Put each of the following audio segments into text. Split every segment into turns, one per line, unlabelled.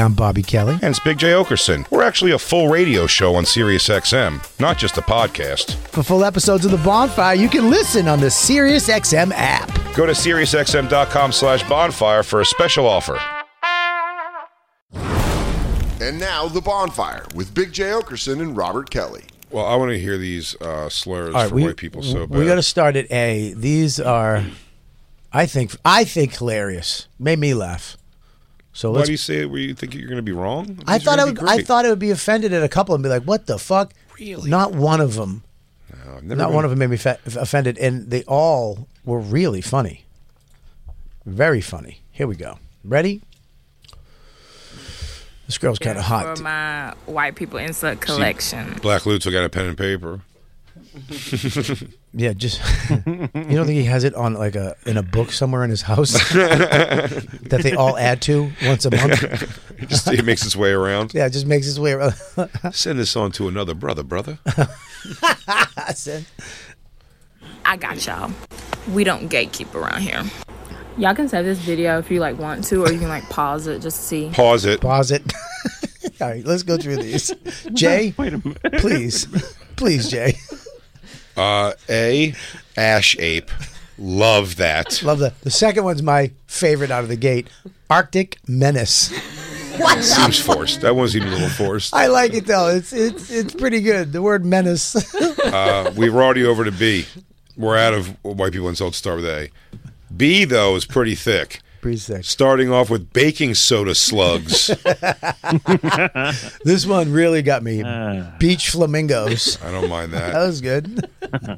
I'm Bobby Kelly.
And it's Big J. Okerson. We're actually a full radio show on SiriusXM, not just a podcast.
For full episodes of The Bonfire, you can listen on the SiriusXM app.
Go to SiriusXM.com slash bonfire for a special offer.
And now the bonfire with Big J Okerson and Robert Kelly.
Well, I want to hear these uh, slurs for white people so bad.
we got to start at A. These are, I think, I think hilarious. Made me laugh. So
Why
let's.
do you say it where you think you're going to be wrong?
I
These are
thought I
gonna
would.
be
I
great.
thought I would be offended at a couple and be like, "What the fuck?"
Really?
Not one of them.
No, I've never
not
been-
one of them made me fa- offended, and they all were really funny. Very funny. Here we go. Ready? This girl's kind of hot.
for my white people insult collection.
Black Lou took out a pen and paper.
Yeah, just you don't think he has it on like a in a book somewhere in his house that they all add to once a month.
It just it makes its way around.
Yeah, it just makes its way around.
Send this on to another brother, brother.
I said,
I got y'all. We don't gatekeep around here. Y'all can save this video if you like want to, or you can like pause it just to see.
Pause it.
pause it. all right, let's go through these. Jay, wait a minute, please, please, Jay.
Uh, a ash ape. Love that.
Love that. The second one's my favorite out of the gate. Arctic Menace. What?
Seems forced. That one's even a little forced.
I like it though. It's it's it's pretty good. The word menace.
Uh, we were already over to B. We're out of white people insults. Start with A. B though is pretty thick.
Pretty sick.
Starting off with baking soda slugs.
This one really got me. Beach flamingos.
I don't mind
That
that.
was good.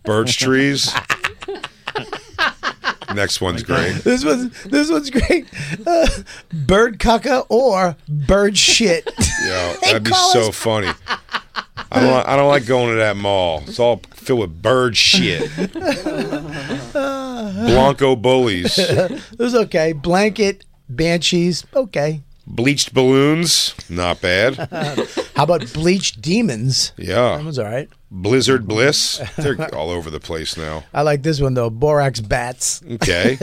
Birch trees. Next one's great.
This one's this one's great. Uh, bird cucka or bird shit.
Yo,
They
that'd be
call
so
us-
funny. I don't. I don't like going to that mall. It's all filled with bird shit. Blanco bullies,
It was okay. Blanket banshees. Okay.
bleached balloons, not bad.
How about bleach demons? That
Yeah,
one's all right.
blizzard bliss. They're all over the place now.
I like this one though. Borax bats.
Okay.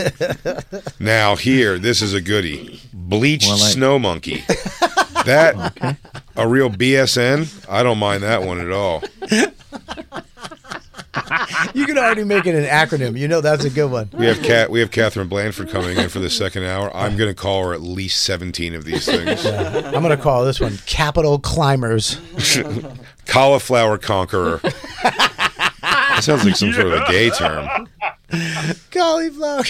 now here, this is a goodie. Bleached snow monkey. That a real BSN? I don't mind that one at all.
You can already make it an acronym. You know that's a good one.
We have Cat. We have Catherine Blanford coming in for the second hour. I'm going to call her at least 17 of these things.
I'm gonna call this one Capital Climbers.
Cauliflower conqueror. That sounds like some sort of a gay term.
Cauliflower.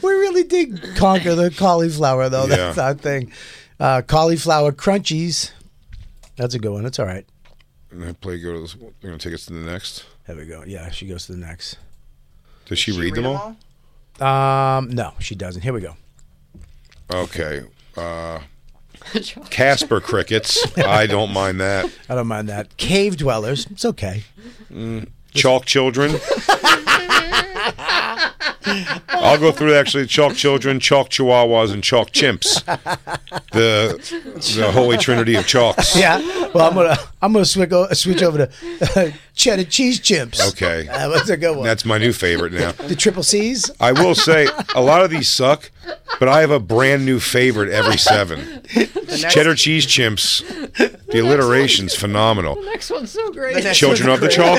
we really did conquer the cauliflower though. That's
Yeah.
our thing. Uh, cauliflower crunchies. That's a good one. It's all right.
And that play goes. They're going to take us to the next.
There we go. Yeah, she goes to the next.
Does she, read, them all?
Um, no, she doesn't. Here we go.
Okay. Uh, Casper crickets. I don't mind that.
I don't mind that. Cave dwellers. It's okay.
Chalk Children. I'll go through actually Chalk Children, Chalk Chihuahuas, and Chalk Chimps. The the holy trinity of chalks.
Yeah. Well, I'm gonna I'm gonna switch, o- switch over to uh, cheddar cheese chimps.
Okay.
That was a good one.
That's my new favorite now.
the triple C's.
I will say a lot of these suck, but I have a brand new favorite every seven. Cheddar cheese chimps. The alliteration's phenomenal.
Next one's so great.
Children of the chalk.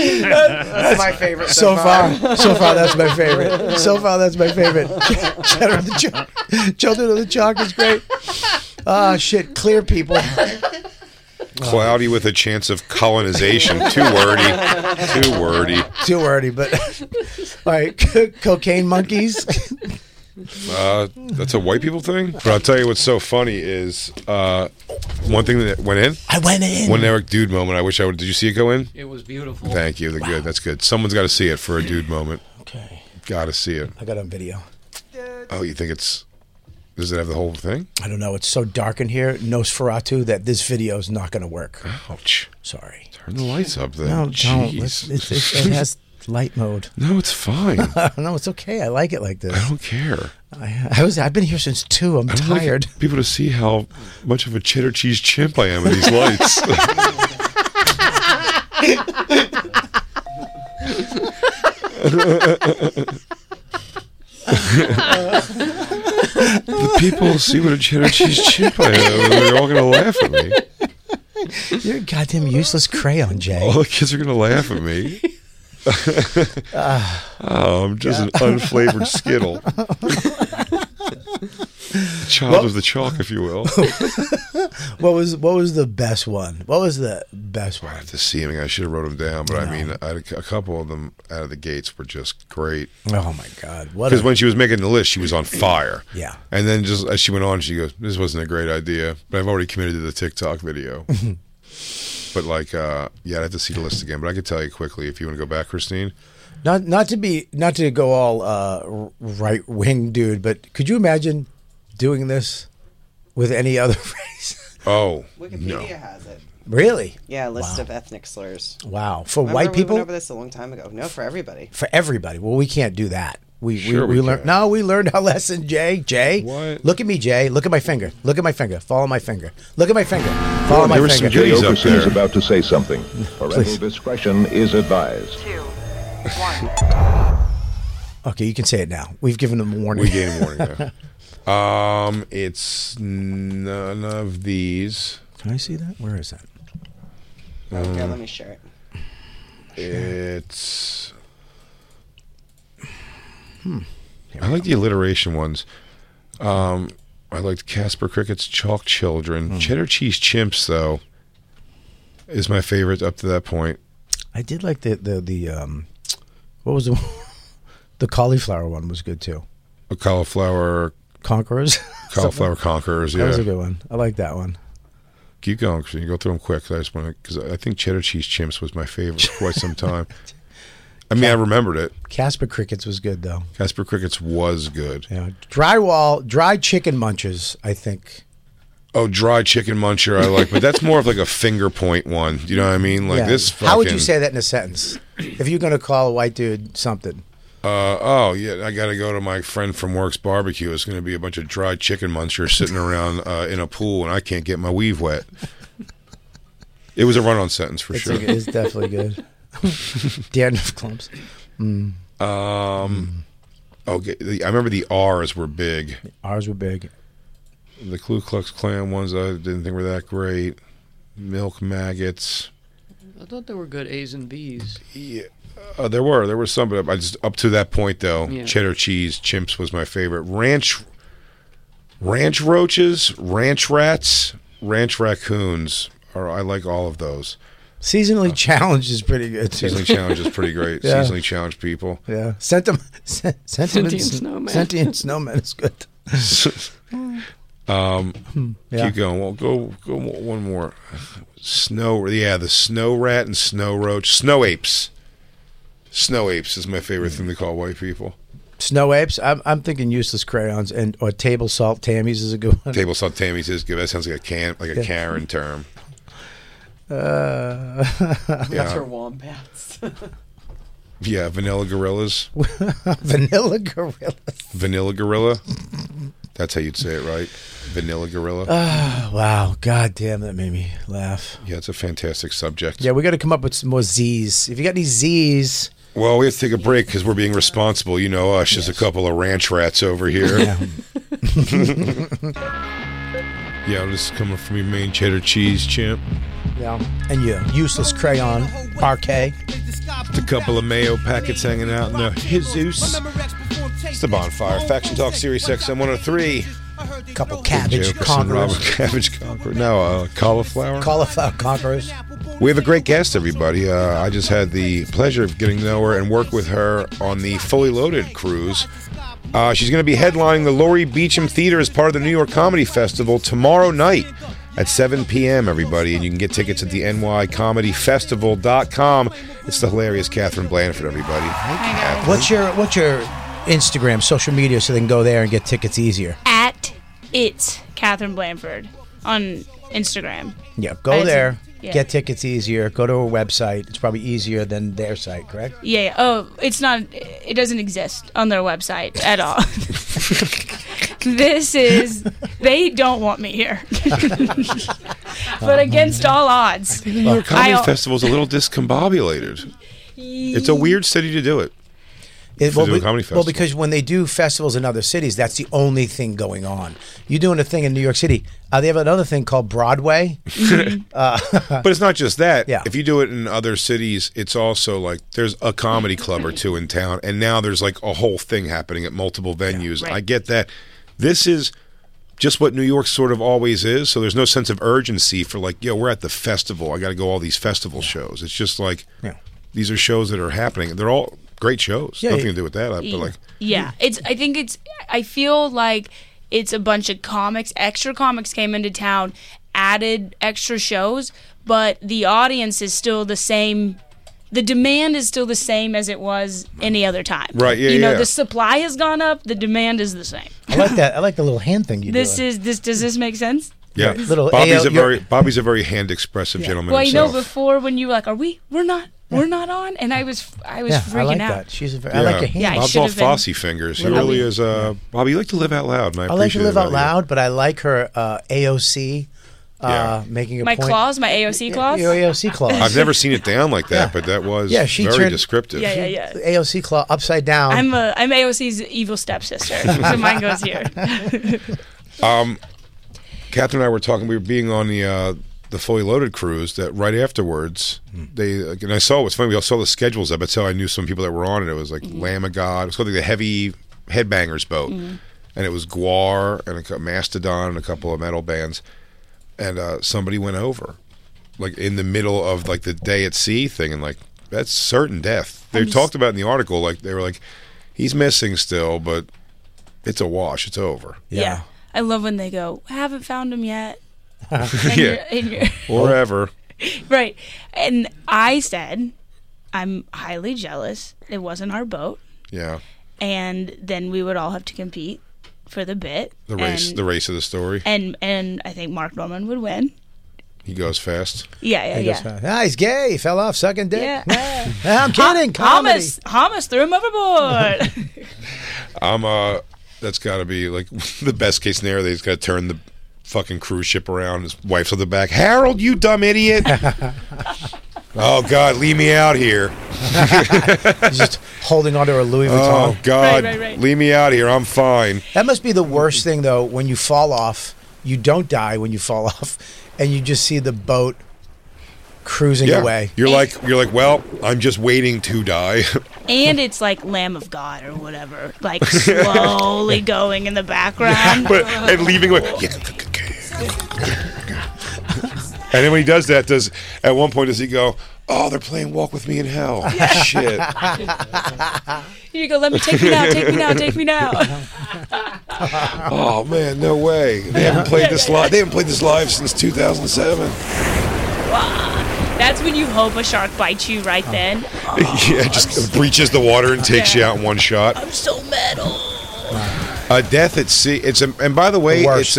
That's my favorite
So far, so far, that's my favorite. So far, that's my favorite. Cheddar of the chalk. Children of the chalk is great. Ah, shit, clear people.
Cloudy with a chance of colonization. Too wordy. Too wordy.
Too wordy, but all right. co- cocaine monkeys,
Uh, that's a white people thing. But I'll tell you what's so funny is uh, one thing that went in.
I went in.
One Eric Dude moment. I wish I would. Did you see it go in?
It was beautiful.
Thank you. They're good. That's good. Someone's got to see it for a dude moment.
okay.
Got to see it.
I got it on video.
Oh, you think it's? Does it have the whole thing?
I don't know. It's so dark in here, Nosferatu, that this video is not going to work.
Ouch!
Sorry.
Turn the lights up then.
No, Oh, don't. Let's-
Jeez.
It's, it's, it has light mode.
no, it's fine. I
no, it's okay. I like it like this.
don't care.
I, I was. I've been here since two. I'm
I don't like
tired.
people to see how much of a cheddar cheese chimp I am with these lights. the people see what a cheddar cheese chimp I am, and they're all going to laugh at me.
You're a goddamn useless crayon, Jay.
All the kids are going to laugh at me. oh, I'm just an unflavored Skittle. Child of the chalk, if you will.
What was what was the best one? What was the best
I
one?
have to see. I mean, I should have wrote them down, but I mean, I had a, a couple of them out of the gates were just great.
Oh my god! What?
Because
A,
when she was making the list, she was on fire.
Yeah.
And then just as she went on, she goes, "This wasn't a great idea," but I've already committed to the TikTok video. but like, uh, yeah, I have to see the list again. But I could tell you quickly if you want to go back, Christine.
not not to be not to go all uh, right wing, dude. But could you imagine doing this with any other race?
Oh
Wikipedia
no.
has it.
really?
Yeah, a list of ethnic slurs.
Wow. For
Remember
white
we
people,
went over this a long time ago. No, for everybody.
for everybody. Well, we can't do that. We
Sure
we,
we
learned.
can.
No, we learned our lesson, Jay. Jay,
What?
look at me, Jay. Look at my finger. Look at my finger. Follow my finger. Look at my finger. Follow my
there was
finger.
some goodies up
Overseas
there.
about to say something. Parental discretion is advised.
Okay, you can say it now. We've given them a warning.
We gave him warning. though. um, it's none of these.
Can I see that? Where is that?
Okay,
Mm.
let me share it.
It's.
Hmm.
I like the alliteration ones. Um, I liked Casper Cricket's Chalk
Hmm.
Children. Cheddar Cheese Chimps, though, is my favorite up to that point.
I did like the the the um, what was the one? the cauliflower one was good too.
A cauliflower,
Conquerors.
cauliflower conquerors.
That was a
Yeah,
good one. I like that. one.
keep going. Cause you go through them quick. 'cause I just want to because I think Cheddar Cheese Chimps was my favorite for quite some time. I mean, I remembered it.
Casper crickets was good though.
Casper Crickets was good.
Yeah, drywall, dry chicken munches. I think.
Oh, dry chicken muncher I like, but that's more of like a finger point one. You know what I mean? Like
Yeah.
this. Fucking,
How would you say that in a sentence? If you're going to call a white dude something,
Uh, oh yeah, I got to go to my friend from works barbecue. It's going to be a bunch of dry chicken munchers sitting around uh, in a pool, and I can't get my weave wet. It was a run-on sentence for
it's,
sure.
it's definitely good. Dandruff clumps.
Okay, Oh, the- I remember the R's were big.
Ours were big.
The Ku Klux Klan ones I didn't think were that great. Milk maggots.
I thought there were good A's and B's.
Yeah, uh, there were there were some, but I just up to that point though,
Yeah.
cheddar cheese chimps was my favorite. Ranch, ranch roaches, ranch rats, ranch raccoons. Or I like all of those.
Seasonally challenged is pretty good
Oh.
too.
Seasonally challenged is pretty great.
Yeah.
Seasonally challenged people.
Yeah, sentiment, sen- sentiment,
Sentient snowman.
sentient snowman is good. Yeah.
Keep going. Well, go go one more. Snow. Yeah, the snow rat and snow roach, snow apes. Snow apes is my favorite thing to call white people.
Snow apes. I'm, I'm thinking useless crayons and or table salt tammies is a good one.
Table saw Tammy's is good. That sounds like a can like a Karen term.
Uh,
That's
Yeah.
her wombats.
Yeah, vanilla gorillas.
vanilla gorillas.
Vanilla gorilla. That's how you'd say it, right? Vanilla gorilla.
Oh, wow, god damn, that made me laugh.
yeah, it's a fantastic subject.
Yeah, we got to come up with some more Z's. If you got any Z's,
Well, we have to take a break because we're being responsible. You know us, just a couple of ranch rats over here. Yeah, this is coming from your main cheddar cheese chimp.
yeah, and you useless crayon RK.
It's a couple of mayo packets hanging out in the Jesus. It's the bonfire. Faction Talk Series XM 103.
Couple cabbage
Jefferson,
conquerors.
Robert Cabbage Conqueror. No, uh, cauliflower.
Cauliflower conquerors.
We have a great guest, everybody. Uh, I just had the pleasure of getting to know her and work with her on the Fully Loaded cruise Uh, she's going to be headlining the Laurie Beecham Theater as part of the New York Comedy Festival tomorrow night at 7 p.m., everybody. And you can get tickets at the nycomedyfestival.com. It's the hilarious Catherine Blanford, everybody. Catherine.
What's your what's your Instagram, social media, so they can go there and get tickets easier?
At it's Catherine Blanford on Instagram.
Yeah, go
I-
there,
yeah.
get tickets easier. Go to a website; it's probably easier than their site, correct?
Yeah, yeah. Oh, it's not. It doesn't exist on their website at all. this is. They don't want me here.
Oh,
but against all odds,
The New York Comedy
I-
Festival's a little discombobulated. It's a weird city to do it.
It-
For
well,
the
be-
comedy
well,
festival.
because when they do festivals in other cities, that's the only thing going on. You're doing a thing in New York City. Uh, they have another thing called Broadway.
but it's not just that.
Yeah.
If you do it in other cities, it's also like there's a comedy club or two in town, and now there's like a whole thing happening at multiple venues.
Right.
I get that. This is just what New York sort of always is. So there's no sense of urgency for like, yo, we're at the festival. I got to go all these festival shows. It's just like
Yeah.
these are shows that are happening. They're all great shows.
Yeah,
Nothing
yeah.
to do with that. I- But like,
yeah, it's. I think it's. I feel like it's a bunch of comics. Extra comics came into town, added extra shows, but the audience is still the same. The demand is still the same as it was any other time.
Right, yeah,
You know,
yeah.
the supply has gone up. The demand is the same.
I like that. I like the little hand thing you
This
doing.
is this. Does this make sense?
yeah,
Little
Bobby's
AL
a very Bobby's a very hand expressive gentleman.
well, you know,
himself.
before when you were like, "Are we? We're not. We're not on," and I was, I was
yeah,
freaking
I like
out.
that. She's. A, very I like your hand.
Yeah, I
Bob's
should
all
have been-
Fosse fingers. He really is. Uh, Bobby, you like to live out loud, and I,
I like to
appreciate
live
that
out
about you.
loud, but I like her uh, AOC uh,
Yeah.
making a
My
point.
claws, my AOC claws.
Your AOC claws.
I've never seen it down like that, but that was
Yeah, she
very
turned-
descriptive.
Yeah, yeah, yeah.
The AOC claw upside
Um,
down.
I'm a, I'm AOC's evil stepsister. so mine goes here.
Catherine and I were talking. We were being on the uh, the fully loaded cruise. That right afterwards, they like, and I saw what's funny. We all saw the schedules up. That's how I knew some people that were on it. It was like Lamb of God. It was called like, the Heavy Headbangers boat,
Mm-hmm.
and it was Guar and a cou- Mastodon and a couple of metal bands, and uh, somebody went over, like in the middle of like the day at sea thing, and like that's certain death. They talked about in the article. Like they were like, he's missing still, but it's a wash. It's over.
Yeah. I love when they go, haven't found him yet. and
Yeah.
you're, and you're,
Or ever.
right. And I said, I'm highly jealous. It wasn't our boat.
Yeah.
And then we would all have to compete for the bit.
The race,
And,
the race of the story.
and, and I think Mark Norman would win.
He goes fast.
Yeah, yeah,
He
yeah.
goes, ah, he's gay. He fell off sucking dick.
Yeah.
Ah, I'm kidding. Comedy.
Hamas, Hamas threw him overboard.
I'm uh, that's got to be like the best case scenario. They've got to turn the fucking cruise ship around. His wife's on the back. Harold, you dumb idiot. oh God, leave me out here.
He's just holding onto her Louis Vuitton.
Oh God,
right, right.
leave me out here. I'm fine.
That must be the worst thing, though, when you fall off. You don't die when you fall off, and you just see the boat cruising away.
You're like you're like. Well, I'm just waiting to die.
and it's like Lamb of God or whatever, like slowly going in the background.
but and leaving away. And then when he does that, does at one point does he go, "Oh, they're playing Walk with Me in Hell"? Shit.
Here you go. Let me take me now. Take me now. Take me now.
Oh man, no way! They haven't played this live. They haven't played this live since 2007.
That's when you hope a shark bites you right then.
yeah, just breaches the water and takes you out in one shot.
I'm so metal.
A death at sea. It's a, and by the way,
The
it's
worst.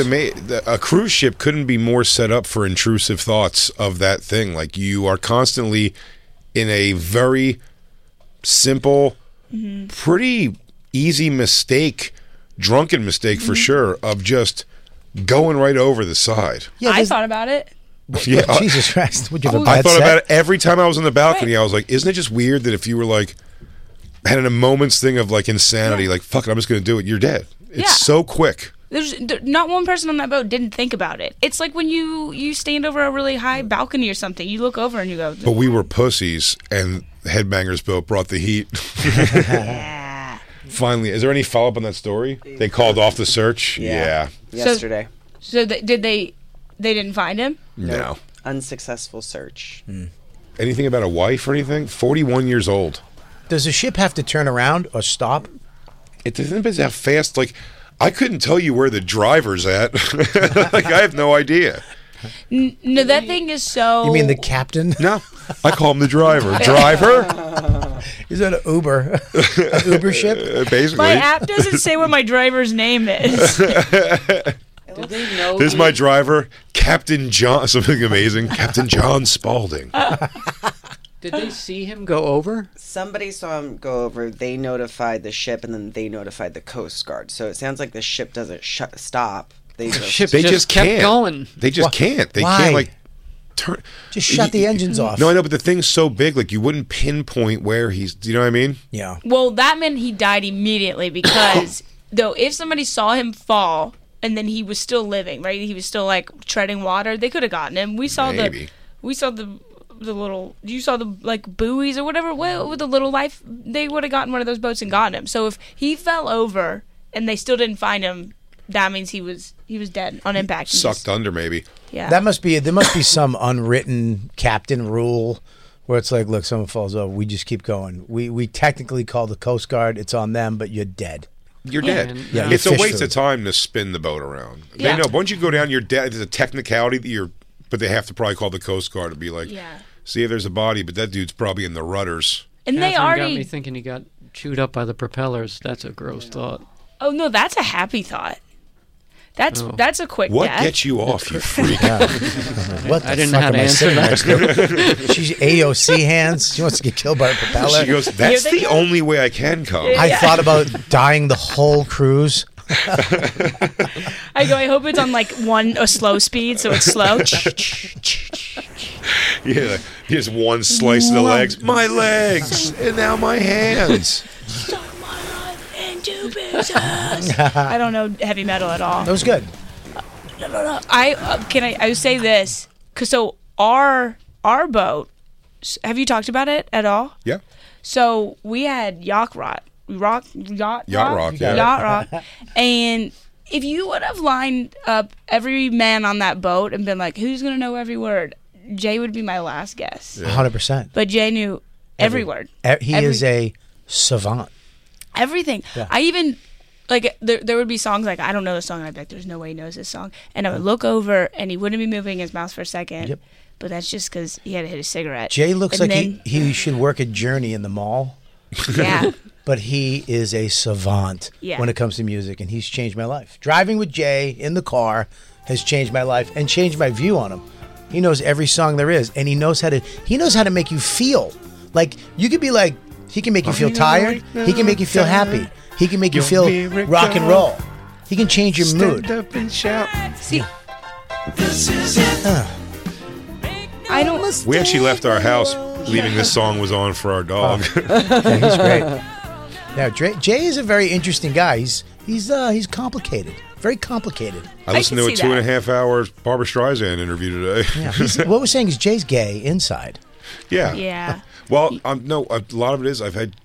ama- a cruise ship couldn't be more set up for intrusive thoughts of that thing. Like you are constantly in a very simple,
Mm-hmm.
pretty easy mistake, drunken mistake
Mm-hmm.
for sure, of just going right over the side.
I thought about it.
Yeah, I-
Jesus Christ! Would you have a bad
I thought
set?
about it every time I was on the balcony. I was like, isn't it just weird that if you were like had a moment's thing of like insanity, like fuck it, I'm just gonna do it. You're dead. It's
Yeah.
so quick.
There's there, not one person on that boat didn't think about it. It's like when you you stand over a really high balcony or something. You look over and you go,
But we were pussies, and Headbangers Bill brought the heat.
yeah.
Finally, is there any follow up on that story? They called off the search. Yeah.
Yesterday,
So th- did they? They didn't find him.
No.
unsuccessful search.
Anything about a wife or anything? Forty one years old.
Does the ship have to turn around or stop?
It depends how fast. Like, I couldn't tell you where the driver's at. like, I have no idea.
N- no, that thing is so.
You mean the captain?
No. I call him the driver. Driver,
Is that an Uber? an Uber ship?
Uh, basically.
my app doesn't say what my driver's name is.
Did they know?
This is
you-
my driver, Captain John. Something amazing, Captain John Spaulding.
Uh,
Did they see him go over?
Somebody saw him go over. They notified the ship, and then they notified the Coast Guard. So it sounds like the ship doesn't shut stop. They just,
They just,
kept
can't.
going.
They just
Why-
can't. They
why?
can't like turn.
Just shut the engines off.
No, I know, but the thing's so big, like you wouldn't pinpoint where he's. Do you know what I mean?
Yeah.
Well, that meant he died immediately because though if somebody saw him fall and then he was still living, right? He was still like treading water. They could have gotten him. We saw
Maybe.
the we saw the the little you saw the like buoys or whatever well, with the little life they would have gotten one of those boats and gotten him. So if he fell over and they still didn't find him, that means he was he was dead on impact. He
Sucked
just-
under, maybe.
Yeah.
That must be there must be some unwritten captain rule where it's like, look, someone falls over, we just keep going. We we technically call the Coast Guard, it's on them, but you're dead.
You're dead.
Yeah,
it's
you
a
fish
waste
food.
of time to spin the boat around.
Yeah.
They know once you go down, you're dead. There's a technicality that you're, but they have to probably call the Coast Guard to be like,
Yeah.
see if there's a body, but that dude's probably in the rudders.
and they
Catherine got me
already
thinking he got chewed up by the propellers. That's a gross thought.
Oh no, that's a happy thought. That's
Oh.
that's a quick
What
death.
gets you off, you freak?
What the
I didn't know
fuck
how
am
to
I
answer
sitting next to? She's AOC hands. She wants to get killed by a propeller.
she goes, that's
they
the only way I can come.
I thought about dying the whole cruise.
I go. I hope it's on like one a slow speed, so it's slow.
Yeah, here's one slice of the legs. My legs, and now my hands.
I don't know heavy metal at all.
That was good.
I uh, can I, I say this because so our our boat. s- Have you talked about it at all?
Yeah,
So we had yacht rot, rock, yacht,
Yacht rock, yeah.
yacht rock, and if you would have lined up every man on that boat and been like, "Who's gonna know every word?" Jay would be my last guess,
100%.
but Jay knew every word.
E- He is
Every-
a savant.
everything.
Yeah.
I even like there, there would be songs like I don't know the song and I'd be like, there's no way he knows this song, and I would look over and he wouldn't be moving his mouth for a second.
Uh-huh. Yep.
But that's just because he had to hit a cigarette.
Jay looks
And
like
then,
he, he should work at Journey in the mall,
yeah.
but he is a savant
Yeah.
when it comes to music, and he's changed my life. Driving with Jay in the car has changed my life and changed my view on him. He knows every song there is, and he knows how to he knows how to make you feel. Like you could be like he can make you feel tired, he can make you feel happy, he can make you feel rock and roll. He can change your mood.
See. I don't listen.
we actually left our house, leaving this song was on for our dog.
Yeah, he's great. Now, Dre, Jay is a very interesting guy. He's he's uh, he's complicated, very complicated.
I listened
can
to a
see
two and a
that.
half hour Barbara Streisand interview today.
Yeah, he's, what we're saying is Jay's gay inside.
Yeah.
Yeah.
Well, um, no, a lot of it is I've had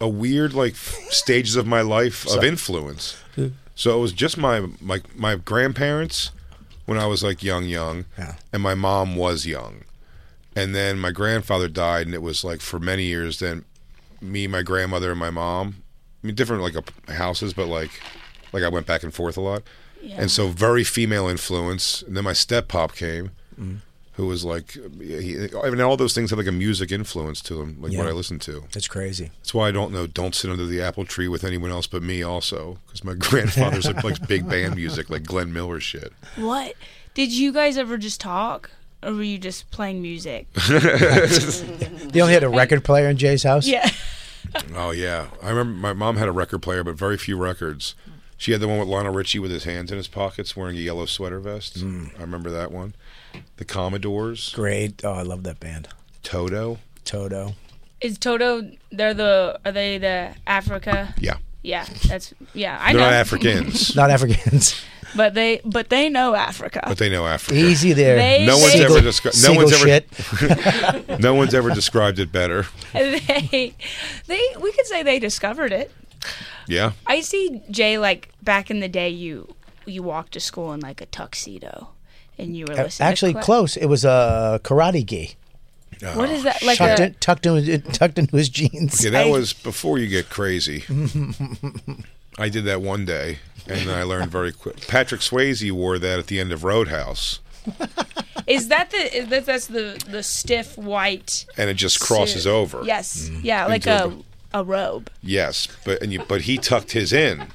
a weird like stages of my life of influence. So it was just my my my grandparents when I was like young, young,
Yeah.
and my mom was young, and then my grandfather died, and it was like for many years then me, my grandmother, and my mom. I mean, different like a, houses, but like like I went back and forth a lot, and so very female influence. And then my step pop came who was like, he, I mean, all those things have like a music influence to them, like what
Yeah.
I listen to.
That's crazy.
That's why I don't know "Don't Sit Under the Apple Tree" with anyone else but me, also, because my grandfather's like likes big band music, like Glenn Miller shit.
What did you guys ever just talk, or were you just playing music?
They only had a record player in Jay's house.
yeah.
Oh yeah, I remember my mom had a record player, but very few records. She had the one with Lionel Richie with his hands in his pockets, wearing a yellow sweater vest. I remember that one. The Commodores,
Great. Oh, I love that band,
Toto.
Toto.
Is Toto? They're the are they the Africa?
Yeah,
Yeah, that's yeah. I
they're
know
not Africans,
Not Africans.
but they but they know Africa.
but they know Africa.
Easy there.
They-
No one's
Seagull-
ever described. No
seagull
one's ever.
shit.
No one's ever described it better.
they they we could say they discovered it.
Yeah.
I see Jay like back in the day. You you walked to school in like a tuxedo, and you were listening.
Actually,
to Cla-
close. Oh, It was a karate gi.
What is that like?
Tucked,
A,
in, tucked, in, tucked into his jeans.
Okay, that
I-
was before you get crazy. I did that one day, and I learned very quick. Patrick Swayze wore that at the end of Roadhouse,
Is that the is that, that's the the stiff white?
and it just crosses
suit?
over. Mm.
Yes. Yeah,
Into
like
a-
a a robe.
Yes, but and you, but he tucked his in,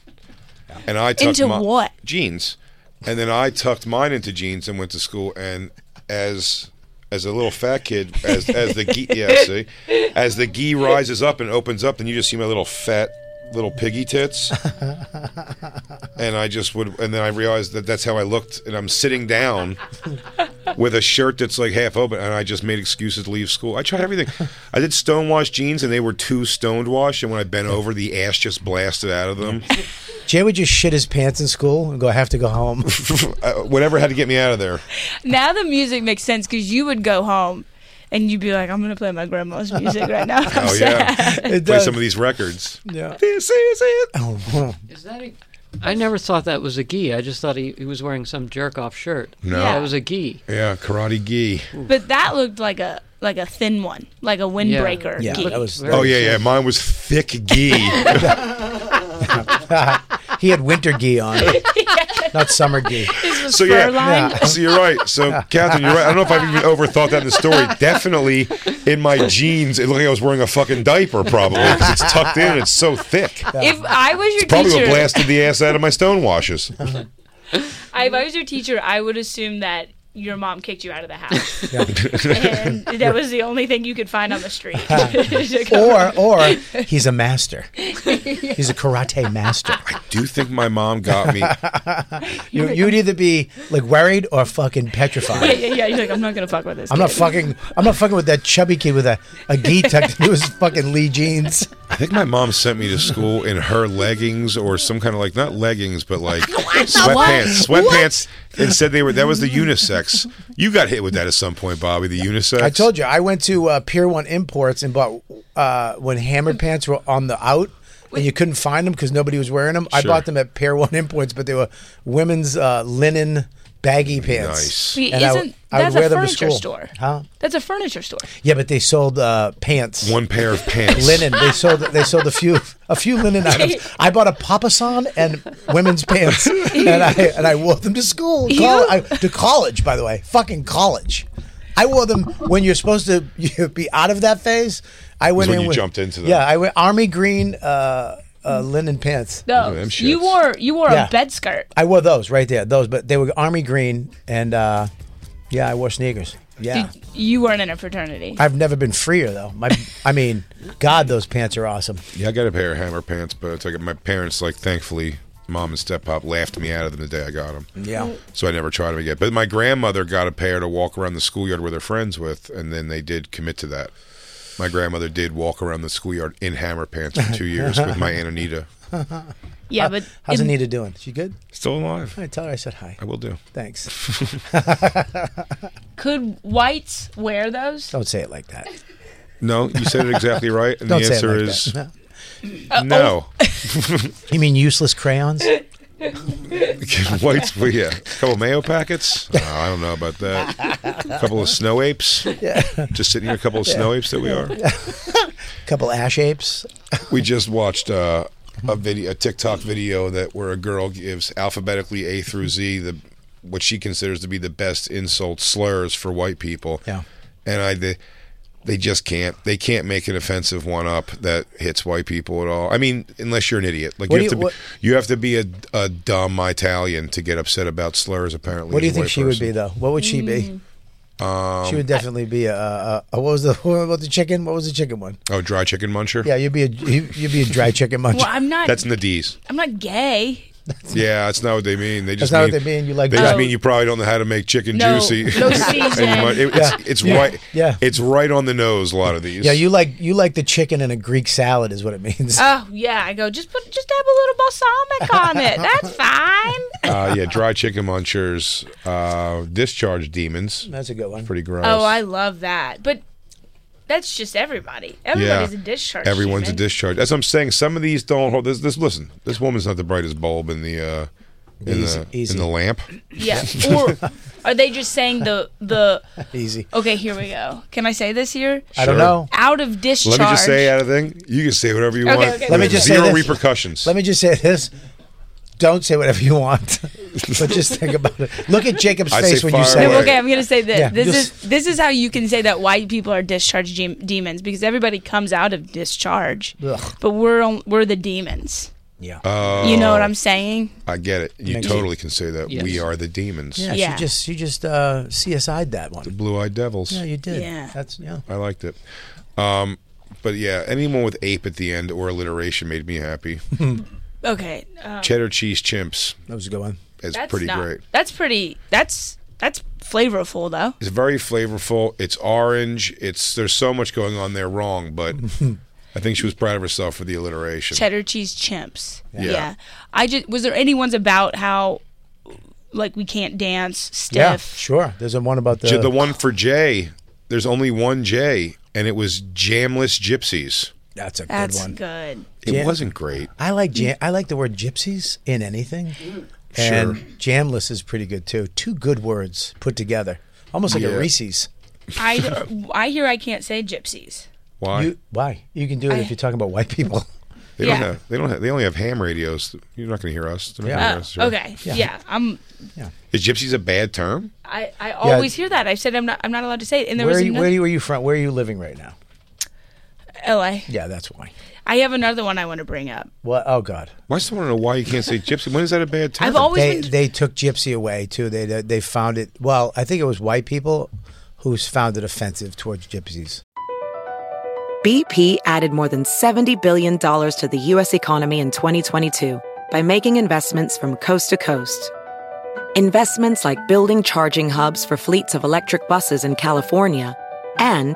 and I tucked
Into
my,
what?
jeans, and then I tucked mine into jeans and went to school. And as as a little fat kid, as as the gi, yeah, see, as the gi rises up and opens up, then you just see my little fat little piggy tits, and I just would, and then I realized that that's how I looked, and I'm sitting down. With a shirt that's like half open, and I just made excuses to leave school. I tried everything. I did stonewash jeans, and they were too stoned washed. And when I bent over, the ash just blasted out of them.
Jay would just shit his pants in school and go, I have to go home.
Uh, whatever had to get me out of there.
Now the music makes sense because you would go home and you'd be like, I'm gonna play my grandma's music right now.
Oh
I'm sad. Oh,
yeah,
It
play
does.
some of these records.
Yeah.
This is it.
Is that a, I never thought that was a gi. I just thought he, he was wearing some jerk off shirt.
No.
Yeah.
That was a gi.
Yeah, karate gi.
But that looked like a like a thin one, like a windbreaker.
Yeah,
gi.
that was.
Oh yeah, yeah. Mine was thick gi.
He had winter gi on, not summer gi.
This was
so
fur
yeah,
lined.
so you're right. So Catherine, you're right. I don't know if I've even overthought that in the story. Definitely in my jeans, it looked like I was wearing a fucking diaper. Probably 'cause it's tucked in. and It's so thick.
If I was your
Probably what
teacher,
blasted the ass out of my stone washes.
if I was your teacher, I would assume that your mom kicked you out of the house, and that was the only thing you could find on the street. To go-
Or, or he's a master. He's a karate master.
I do think my mom got me.
You, you'd either be like worried or fucking
yeah,
petrified.
yeah, yeah. You're like, I'm not gonna fuck with this.
I'm not
kid."
fucking. I'm not fucking with that chubby kid with a a gi tucked into his fucking Lee jeans.
I think my mom sent me to school in her leggings or some kind of like not leggings but like sweatpants. Sweatpants and said they were that was the unisex. You got hit with that at some point, Bobby. The unisex.
I told you I went to uh, Pier One Imports and bought uh, when hammered pants were on the out. And you couldn't find them because nobody was wearing them. I
Sure.
bought them at Pier One Imports, but they were women's uh, linen baggy pants.
Nice.
Wait,
And I w-
isn't
I would
that's
wear
a
them to
furniture
school.
store?
Huh?
That's a furniture store.
Yeah, but they sold uh, pants.
one pair of pants.
linen. They sold they sold a few a few linen items. I bought a papasan and women's pants, and I and I wore them to school,
You-
Col- I- to college. By the way, fucking college. I wore them when you're supposed to you be out of that phase. I went
when
in
you
with,
jumped into them.
Yeah, I went army green uh, uh, linen pants.
at them
Those. You
shits.
wore you wore
Yeah.
a bed skirt.
I wore those right there. Those, but they were army green, and uh, yeah, I wore sneakers. Yeah.
Did- You weren't in a fraternity.
I've never been freer though. My, I mean, God, those pants are awesome.
Yeah, I got a pair of hammer pants, but it's like my parents like thankfully mom and step pop laughed me out of them the day I got them.
Mm,
Yeah.
So I never tried them again. But my grandmother got a pair to walk around the schoolyard with her friends with, and then they did commit to that. My grandmother did walk around the schoolyard in hammer pants for two years with my Aunt Anita.
yeah, but
How's
in-
Anita doing? She good?
Still alive.
I tell her I said hi.
I will do.
Thanks.
could whites wear those?
Don't say it like that.
No, you said it exactly right. And
Don't
the
say it
answer
like
is
that.
no.
You mean useless crayons?
Whites, well, yeah. A couple mayo packets. Uh, I don't know about that. A couple of snow apes. Just sitting here, a couple of snow apes that we are.
couple ash apes?
We just watched uh, a video, a TikTok video that where a girl gives alphabetically A through Z the what she considers to be the best insult slurs for white people.
Yeah.
and I they, they just can't they can't make an offensive one up that hits white people at all. I mean, unless you're an idiot, like
What
you
do
have
you-
to be, you have to be a, a dumb Italian to get upset about slurs. Apparently,
What do you
as a
think
white
she would be
person.
though? What would she be?
Mm.
she
Um,
would definitely be a, a, a. What was the what about the chicken? What was the chicken one?
Oh, dry chicken muncher.
Yeah, you'd be a you- you'd be a dry chicken muncher.
Well, I'm not.
That's in the D's.
I'm not gay.
Yeah, that's not what they mean. They just
not what
mean,
they mean. You like
they
dry-
just mean you probably don't know how to make chicken
Oh. No,
juicy.
no
And you
season.
might- it- it's
Yeah.
it's
Yeah.
right.
Yeah.
it's right on the nose. A lot of these.
Yeah, you like you like the chicken in a Greek salad is what it means.
Oh yeah, I go just put just have a little balsamic on it. That's fine.
Uh, yeah, dry chicken munchers, uh, discharge demons.
That's a good one.
Pretty gross.
Oh, I love that. But that's just everybody. Everybody's a discharge.
Everyone's
human.
a discharge. That's what I'm saying. Some of these don't hold. This, this listen. This woman's not the brightest bulb in the uh, in
Easy-
the
easy.
in the lamp.
Yeah. or are they just saying the the?
Easy.
Okay, here we go. Can I say this here?
I don't Sure. know.
Out of discharge.
Let me just say out of thing. You can say whatever you
Okay,
want.
okay.
There's
Let me just say
zero
this.
repercussions.
Let me just say this. Don't say whatever you want, but just think about it. Look at Jacob's
I'd
face
say
when you
fire
say
No,
it.
okay, I'm gonna say this.
Yeah,
this
just-
is this is how you can say that white people are discharged gem- demons because everybody comes out of discharge,
Ugh.
but we're on, we're the demons.
Yeah.
Uh,
you know
Oh.
what I'm saying?
I get it. You
Makes
totally can say that.
Yes.
We are the demons.
Yeah,
Yeah.
she just she just uh, CSI'd that one.
The blue-eyed devils.
Yeah, you did.
Yeah.
That's yeah.
I liked it. Um, but yeah, anyone with ape at the end or alliteration made me happy.
Okay. Um,
Cheddar cheese chimps.
That was a good one.
It's
that's
pretty
not-
great.
That's pretty. That's that's flavorful though.
It's very flavorful. It's orange. It's there's so much going on there wrong, but I think she was proud of herself for the alliteration.
Cheddar cheese chimps.
Yeah. Yeah.
I just was there any ones about how like we can't dance
Yeah,
stiff.
sure. There's a one about
J-
the,
the one for Jay. There's only one J, and it was Jamless Gypsies.
That's a good
That's
one.
good.
It
Jam-
wasn't great.
I like jam. I like the word gypsies in anything, and jamless is pretty good too. Two good words put together, almost like
Yeah.
a Reese's.
I I hear I can't say gypsies.
Why?
You, why? You can do it
I-
if you're talking about white people.
they
Yeah.
don't have. They don't have. They only have ham radios. You're not going to hear us. They're not gonna
Oh,
hear us, right?
okay. Yeah. I'm.
Is gypsies a bad term?
I, I always hear that. I said I'm not. I'm not allowed to say it. And there
where,
was
are you,
another
where, you, where are you from? Where are you living right now?
L.A.
Yeah, that's why.
I have another one I want to bring up.
What? Oh God.
Well, I still want to know why you can't say gypsy. When is that a bad term?
I've always
they,
been.
they took gypsy away too. They they- they found it. Well, I think it was white people who found it offensive towards gypsies.
BP added more than $70 billion to the U.S. economy in 2022 by making investments from coast to coast. Investments like building charging hubs for fleets of electric buses in California and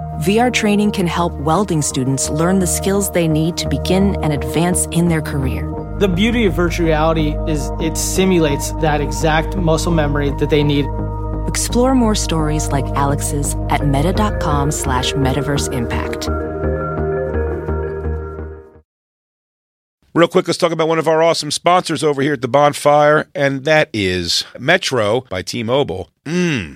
VR training can help welding students learn the skills they need to begin and advance in their career.
The beauty of virtual reality is it simulates that exact muscle memory that they need.
Explore more stories like Alex's at meta.com slash metaverse impact.
Real quick, let's talk about one of our awesome sponsors over here at the bonfire, and that is Metro by T Mobile. Mmm.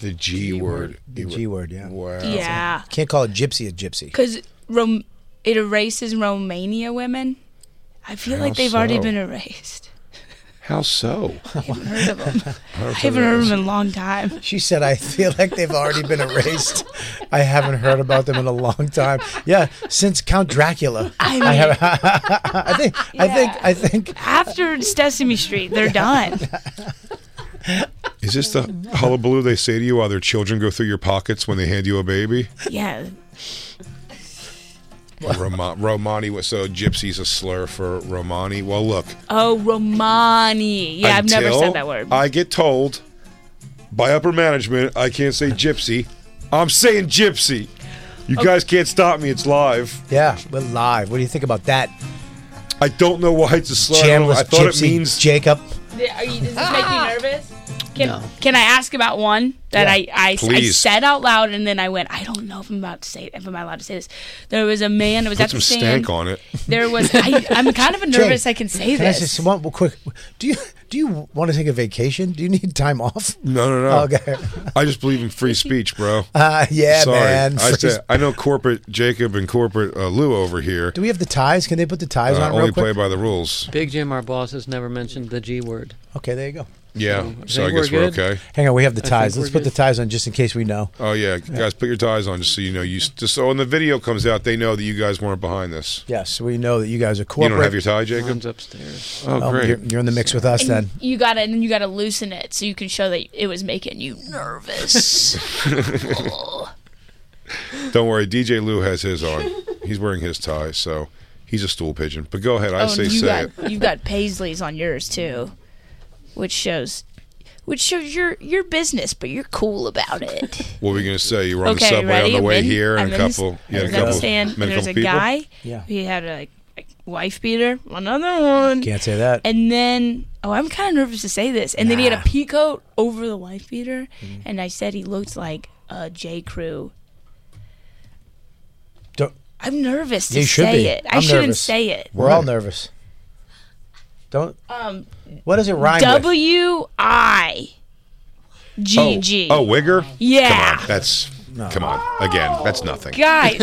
The G, word.
The G word, yeah.
Wow.
Yeah.
Can't call a gypsy a gypsy.
Because Rom- it erases Romania women. I feel
How
like they've already
so?
been erased.
How so?
Heard of 'em.
I
I haven't heard of them in a long time.
She said, "I feel like they've already been erased. I haven't heard about them in a long time. Yeah, since Count Dracula.
I mean-
have, I think. I think. I think.
After Sesame Street, they're done.
Is this the hullabaloo they say to you while their children go through your pockets when they hand you a baby?
Yeah.
Roma- Romani was so gypsy's a slur for Romani. Well, look.
Oh, Romani. Yeah, I've never
until
said that word.
I get told by upper management I can't say gypsy. I'm saying gypsy. You
Oh.
Okay.
guys can't stop me. It's live.
Yeah, we're live. What do you think about that?
I don't know why it's a slur. I, don't know.
Chambliss
I thought
gypsy
it means
Jacob.
Yeah, Are you, does this make you nervous? Can, can I ask about one that
Yeah.
I, I, I
Please.
said out loud and then I went, I don't know if I'm about to say if I'm allowed to say this. There was a man that was
put
at
some
the stand.
stank on it.
There was I, I'm kind of nervous
Jay,
I can say
can
this.
I just one well, quick? Do you do you want to take a vacation? Do you need time off?
No, no, no.
Okay.
I just believe in free speech, bro.
Uh, yeah,
Sorry.
man.
I,
Free
said-
sp-
I know corporate Jacob and corporate uh, Lou over here.
Do we have the ties? Can they put the ties
uh,
on
only
real
play
quick?
by the rules.
Big Jim, our boss, has never mentioned the G word.
Okay, there you go.
Yeah,
I
so I
think we're
guess we're,
good.
okay.
Hang on, we have the
I think
ties.
we're
Let's put the
good.
ties on just in case we know.
Oh yeah, guys, put your ties on just so you know. You s- just so when the video comes out, they know that you guys weren't behind this.
Yes, we know that you guys are
You
corporate.
don't have your tie, Jacob.
Mine's upstairs.
Oh,
Um,
great.
You're, you're in the mix with us then.
you got to and then you got to loosen it so you can show that it was making you nervous.
Don't worry, DJ Lou has his on. He's wearing his tie, so he's a stool pigeon. But go ahead, I
oh,
say
and you
say
got
it.
you've got Paisleys on yours too, which shows which shows your your business, but you're cool about it.
What were you gonna say? You were on
okay,
the subway
ready?
on the
I'm
way
in-
here, and
I'm
a
in this-
couple,
I
yeah, a
was at the
couple,
stand,
met
and
a
there's
couple
a
people.
guy.
Yeah.
He had a, a wife beater, another one.
Can't say that.
And then, oh, I'm kind of nervous to say this. And then he had a pea coat over the wife beater,
Mm-hmm.
and I said he looked like a J. Crew.
Don't-
I'm nervous to
You should
say
be.
it. I
I'm
shouldn't
nervous.
say it.
We're all nervous. Don't.
Um,
What does it rhyme with?
W I G G.
Oh, Wigger.
Yeah.
Come on, that's come on again. That's nothing.
Guys,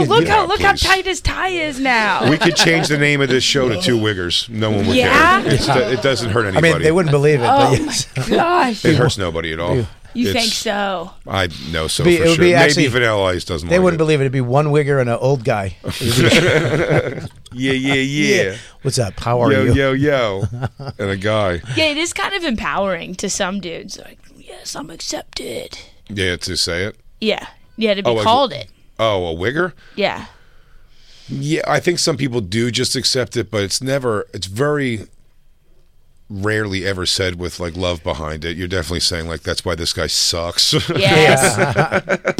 You can
Look
get
how
out,
look how
please.
tight his tie is now.
We could change the name of this show to Two Wiggers. No one would
Yeah?
care. It's, it doesn't hurt
I
anybody.
mean, they wouldn't believe it.
Oh
but
my
yes.
gosh!
It hurts nobody at all.
You
It's-
think so?
I know so
Be-
for
it would
sure.
be
Maybe
actually-
Vanilla Ice doesn't
They
like
wouldn't believe it. It'd be one wigger and an old guy.
it. yeah, yeah, yeah.
What's up? How are
yo,
you?
yo, yo, and a guy.
Yeah, it is kind of empowering to some dudes. Like, yes, I'm accepted.
Yeah, to say it.
Yeah, yeah, to be
Oh, like-
called it.
Oh, a wigger.
Yeah,
Yeah, I think some people do just accept it, but it's never. It's very rarely ever said with like love behind it. You're definitely saying like that's why this guy sucks.
Yes.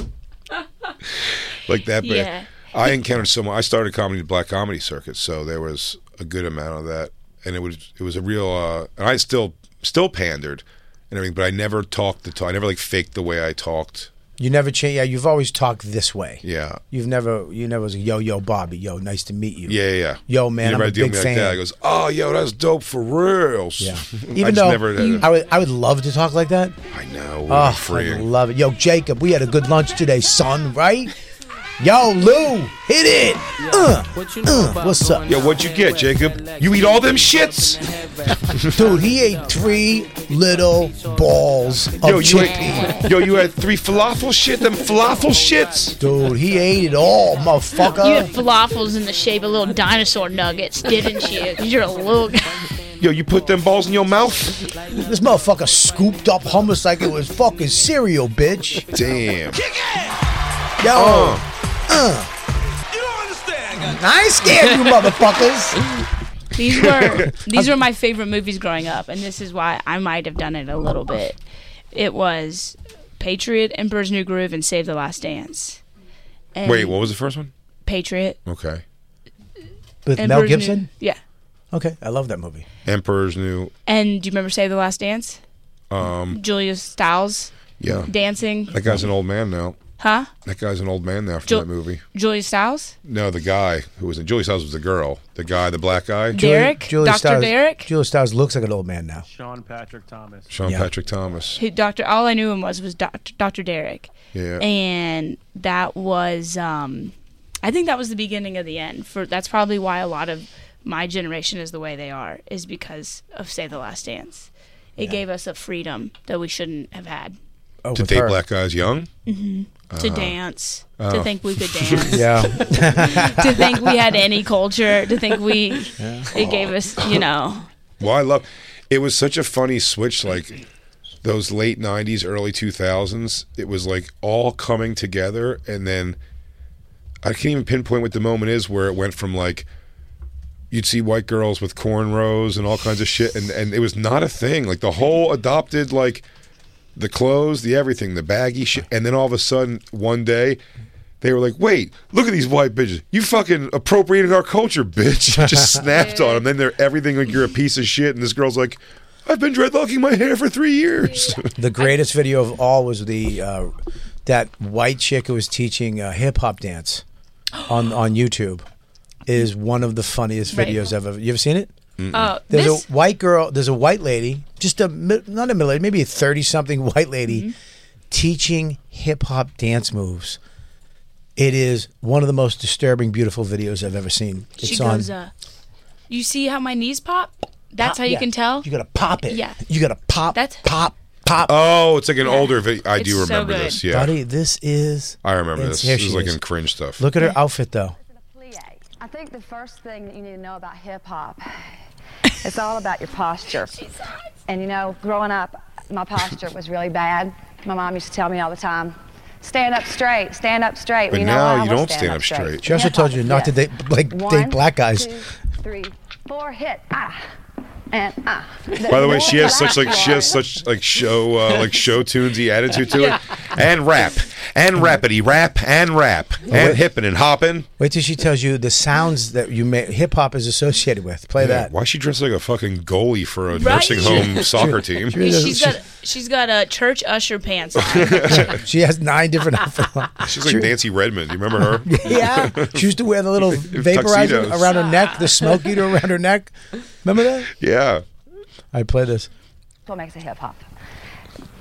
like that. But
Yeah.
I encountered someone. I started comedy, the black comedy circuit, so there was a good amount of that, and it was it was a real. Uh, and I still still pandered and everything, but I never talked the talk. I never like faked the way I talked.
You never change. Yeah, you've always talked this way.
Yeah.
You've never, you never was yo, yo, Bobby, yo, nice to meet you.
Yeah, yeah, yeah.
Yo, man,
You never
I'm a
had to deal
big
with me
fan.
Like that. I goes, oh, yo, that's dope for real.
Yeah.
I
Even
just
though
never had a-
I would, I would love to talk like that.
I know.
Oh, I
freeing.
love it. Yo, Jacob, we had a good lunch today, son. Right? Yo, Lou, hit it. Uh, uh, what's up?
Yo, what'd you get, Jacob? You eat all them shits?
Dude, he ate three little balls of
Yo, you
chickpea.
had, yo, you had three falafel shit, them falafel shits.
Dude, he ate it all,
you had
motherfucker.
falafels in the shape of little dinosaur nuggets, didn't you? 'Cause you're a little guy.
Yo, you put them balls in your mouth?
This motherfucker scooped up hummus like it was fucking cereal, bitch.
Damn.
Yo, Uh.
Uh,
I scared you, motherfuckers.
These were these were my favorite movies growing up, and this is why I might have done it a little bit. It was Patriot, Emperor's New Groove, and Save the Last Dance. And
wait, what was the first one?
Patriot
Okay.
With
Emperor's
Mel
New-
Gibson.
yeah,
Okay, I love that movie.
Emperor's New.
and do you remember Save the Last Dance?
Um,
Julia Stiles
yeah.
dancing,
That guy's an old man now.
huh?
That guy's an old man now from
Ju-
that movie.
Julia Stiles,
No, the guy who was in Julie's house was the girl. The guy, the black guy,
Derek, Dr.
Stiles,
Derek.
Julia Stiles looks like an old man now.
Sean Patrick Thomas.
Sean
Yeah.
Patrick Thomas.
Who Doctor? All I knew him was was Doctor Doctor Derek,
Yeah.
and that was um, I think that was the beginning of the end. For that's probably why a lot of my generation is the way they are is because of Say the Last Dance. It gave us a freedom that we shouldn't have had
Oh,
to
with
date
her.
black guys young?
to dance,
Oh.
to think we could dance,
Yeah.
to think we had any culture, to think we. It gave us, you know.
Well, I love. It was such a funny switch, like those late '90s, early 2000s. It was like all coming together, and then I can't even pinpoint what the moment is where it went from like you'd see white girls with cornrows and all kinds of shit, and and it was not a thing. Like the whole adopted like the clothes, the everything, the baggy shit, and then all of a sudden one day. They were like, "Wait, look at these white bitches! You fucking appropriated our culture, bitch!" It Just snapped on them. Then they're everything like you're a piece of shit. And this girl's like, "I've been dreadlocking my hair for three years."
The greatest video of all was the uh, that white chick who was teaching uh, hip hop dance on on YouTube. Is one of the funniest
Right.
videos I've ever. You ever seen it?
Mm-mm. Uh,
there's
this-
a white girl. There's a white lady, just a mi- not a middle age, maybe a thirty something white lady,
Mm-hmm.
teaching hip hop dance moves. It is one of the most disturbing, beautiful videos I've ever seen. It's
She
on.
goes, uh, "You see how my knees pop? That's
Pop-
how you
yeah.
can tell."
you gotta pop it.
Yeah.
You gotta pop.
That's-
pop. Pop.
Oh, it's like an older video. I
It's
do
so
remember
good.
this. Yeah,
Buddy, this is.
I remember
it's-
this.
here
This
she
is like in cringe stuff.
Look at her outfit though.
I think the first thing that you need to know about hip hop, it's all about your posture. And you know, growing up, my posture was really bad. My mom used to tell me all the time, stand up straight, stand up straight.
But
Well,
now
I
you
will
don't stand up straight. She also
Hip-hop
told you not to
is this.
date- like, date
One,
black guys.
two, three, four, hit, ah, and ah.
By the way, she has
more
such like she has such like show uh, like show tunesy attitude to it, and rap, and rappity rap, and rap, and hippin' and hoppin'.
Wait till she tells you the sounds that you may hip hop is associated with. Play that.
Why she dressed like a fucking goalie for a
Right?
nursing home soccer team?
She's got she's got a church usher pants. on.
she has nine different outfits. on.
She's like Nancy Redmond. You remember her?
yeah, she used to wear the little vaporizer
Tuxedos.
around her neck, the smoke eater around her neck. Remember that?
Yeah.
I play this.
what makes it hip hop.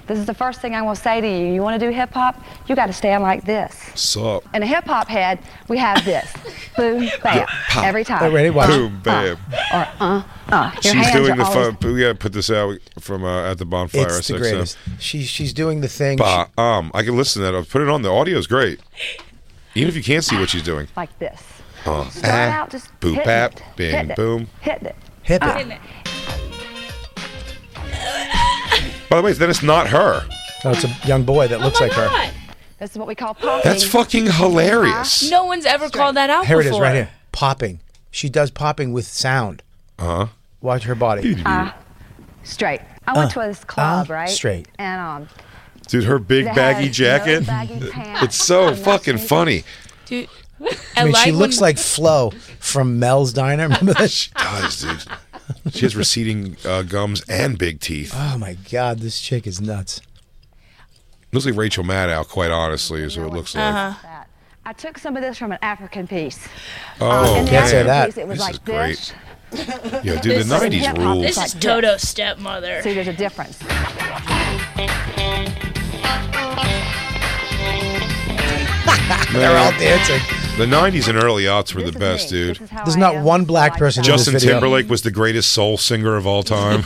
This is the first thing I'm going to say to you. You want to do hip hop? You got to stand like this.
Sup?
In a hip hop head, we have this. Boom, bam.
Pop.
Every time.
Boom, bam.
Or uh, uh. Your
She's
hands
doing
are
the
always
fun. We gotta put this out from uh, at the bonfire.
It's the
SXM.
greatest. She's she's doing the thing.
Bah, um, I can listen to that. I'll put it on. The audio's great. Even if you can't see what she's doing.
like this.
Uh,
Start
ah,
out just
boop,
hitting
bap,
it,
bing,
hitting it,
boom.
Hitting it.
Hip
Ah.
By the way, then it's not her.
No, Oh, it's a young boy
Oh
that looks like her.
This is what we call popping.
That's fucking hilarious.
No one's ever called that out
Here it
before.
is, right here. Popping. She does popping with sound.
Uh huh.
Watch her body.
Ah, straight. I went
Uh,
to this club,
ah,
right?
straight.
And um,
Dude, her big
That
baggy
has
jacket.
no baggy pants.
it's so fucking funny.
Dude,
I mean, she
like
looks
when-
like Flo from Mel's Diner. Remember that? she
does, dude. She has receding uh, gums and big teeth.
Oh my God, this chick is nuts.
Looks like Rachel Maddow, quite honestly, is what it looks like.
that. I took some of this from an African piece.
Oh,
and the
can't say
African
that.
Piece, it was
This
like
is great.
this.
Yeah, dude, the
This is
90s
hip-hop,
ruled.
it's
This is
like
Toto's stepmother.
See, there's a difference.
They're all
Man,
dancing.
The 90s and early aughts were the best, dude.
There's not one black person in
Justin
this video.
Timberlake was the greatest soul singer of all time.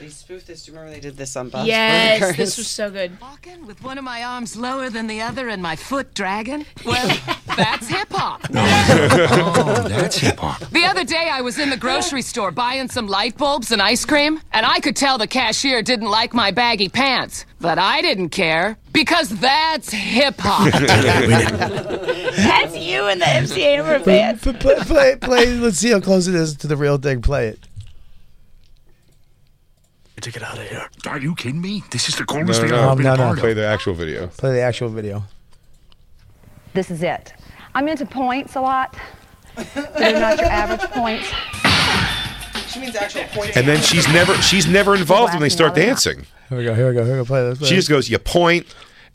They spoofed this. Do you remember they did this on Bob's
Yes,
Burgers?
this was so good.
Walking with one of my arms lower than the other and my foot dragging? Well, that's hip hop.
oh, that's hip hop.
The other day I was in the grocery store buying some light bulbs and ice cream, and I could tell the cashier didn't like my baggy pants, but I didn't care because that's hip hop.
That's you in the MC Hammer
Play,
pants.
play, play, play. Let's see how close it is to the real thing. Play it.
to get out of here. Are you kidding me? This is the coolest
no,
thing
no,
I've been
no,
a
no.
part of.
Play the actual video.
Play the actual video.
This is it. I'm into points a lot. but They're not your average points.
She means actual point.
And then she's never she's never involved when they start dancing.
Here we go. Here we go. Here we go. Play this. play
She
this.
just goes, you point,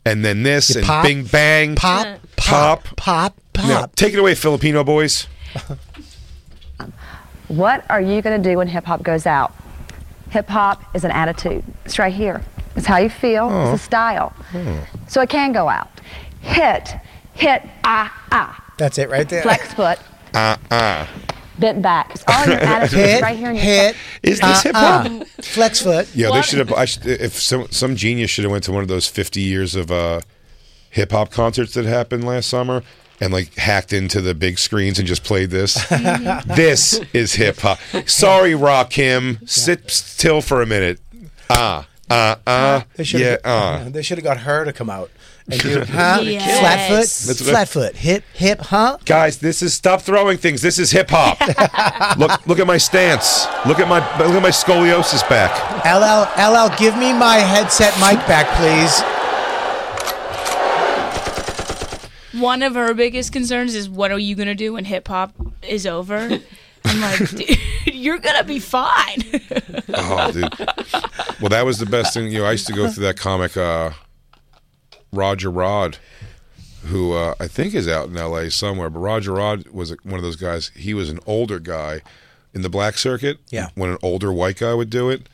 and then this,
You
and
pop,
bing bang,
pop,
pop,
pop, pop.
Now, take it away, Filipino boys.
What are you going to do when hip hop goes out? Hip hop is an attitude. It's right here. It's how you feel.
Oh.
It's a style.
Hmm.
So it can go out. Hit, hit, ah, ah.
That's it right there.
Flex foot,
Uh uh.
bent back. It's all in your attitude. It's
Hit,
right here in your
hit.
Is this hip hop?
Uh, flex foot.
Yeah, they should have. I should, if some some genius should have went to one of those fifty years of uh, hip hop concerts that happened last summer and like hacked into the big screens and just played this. this is hip hop. Sorry, Rakim. Sit still for a minute. Ah, uh, uh,
They should
yeah,
have
uh.
they should have got her to come out and do huh?
Yes.
Flatfoot,
That's what-
flatfoot, hip, hip, huh?
Guys, this is stop throwing things. This is hip hop. look, look at my stance. Look at my look at my scoliosis back.
LL, LL, give me my headset mic back, please.
One of her biggest concerns is what are you gonna do when hip hop is over? I'm like, dude, you're gonna be fine.
Oh, dude. Well, that was the best thing. You know, I used to go through that comic, uh, Roger Rod, who uh, I think is out in L.A. somewhere. But Roger Rod was one of those guys. He was an older guy in the black circuit.
Yeah.
When an older white guy would do it,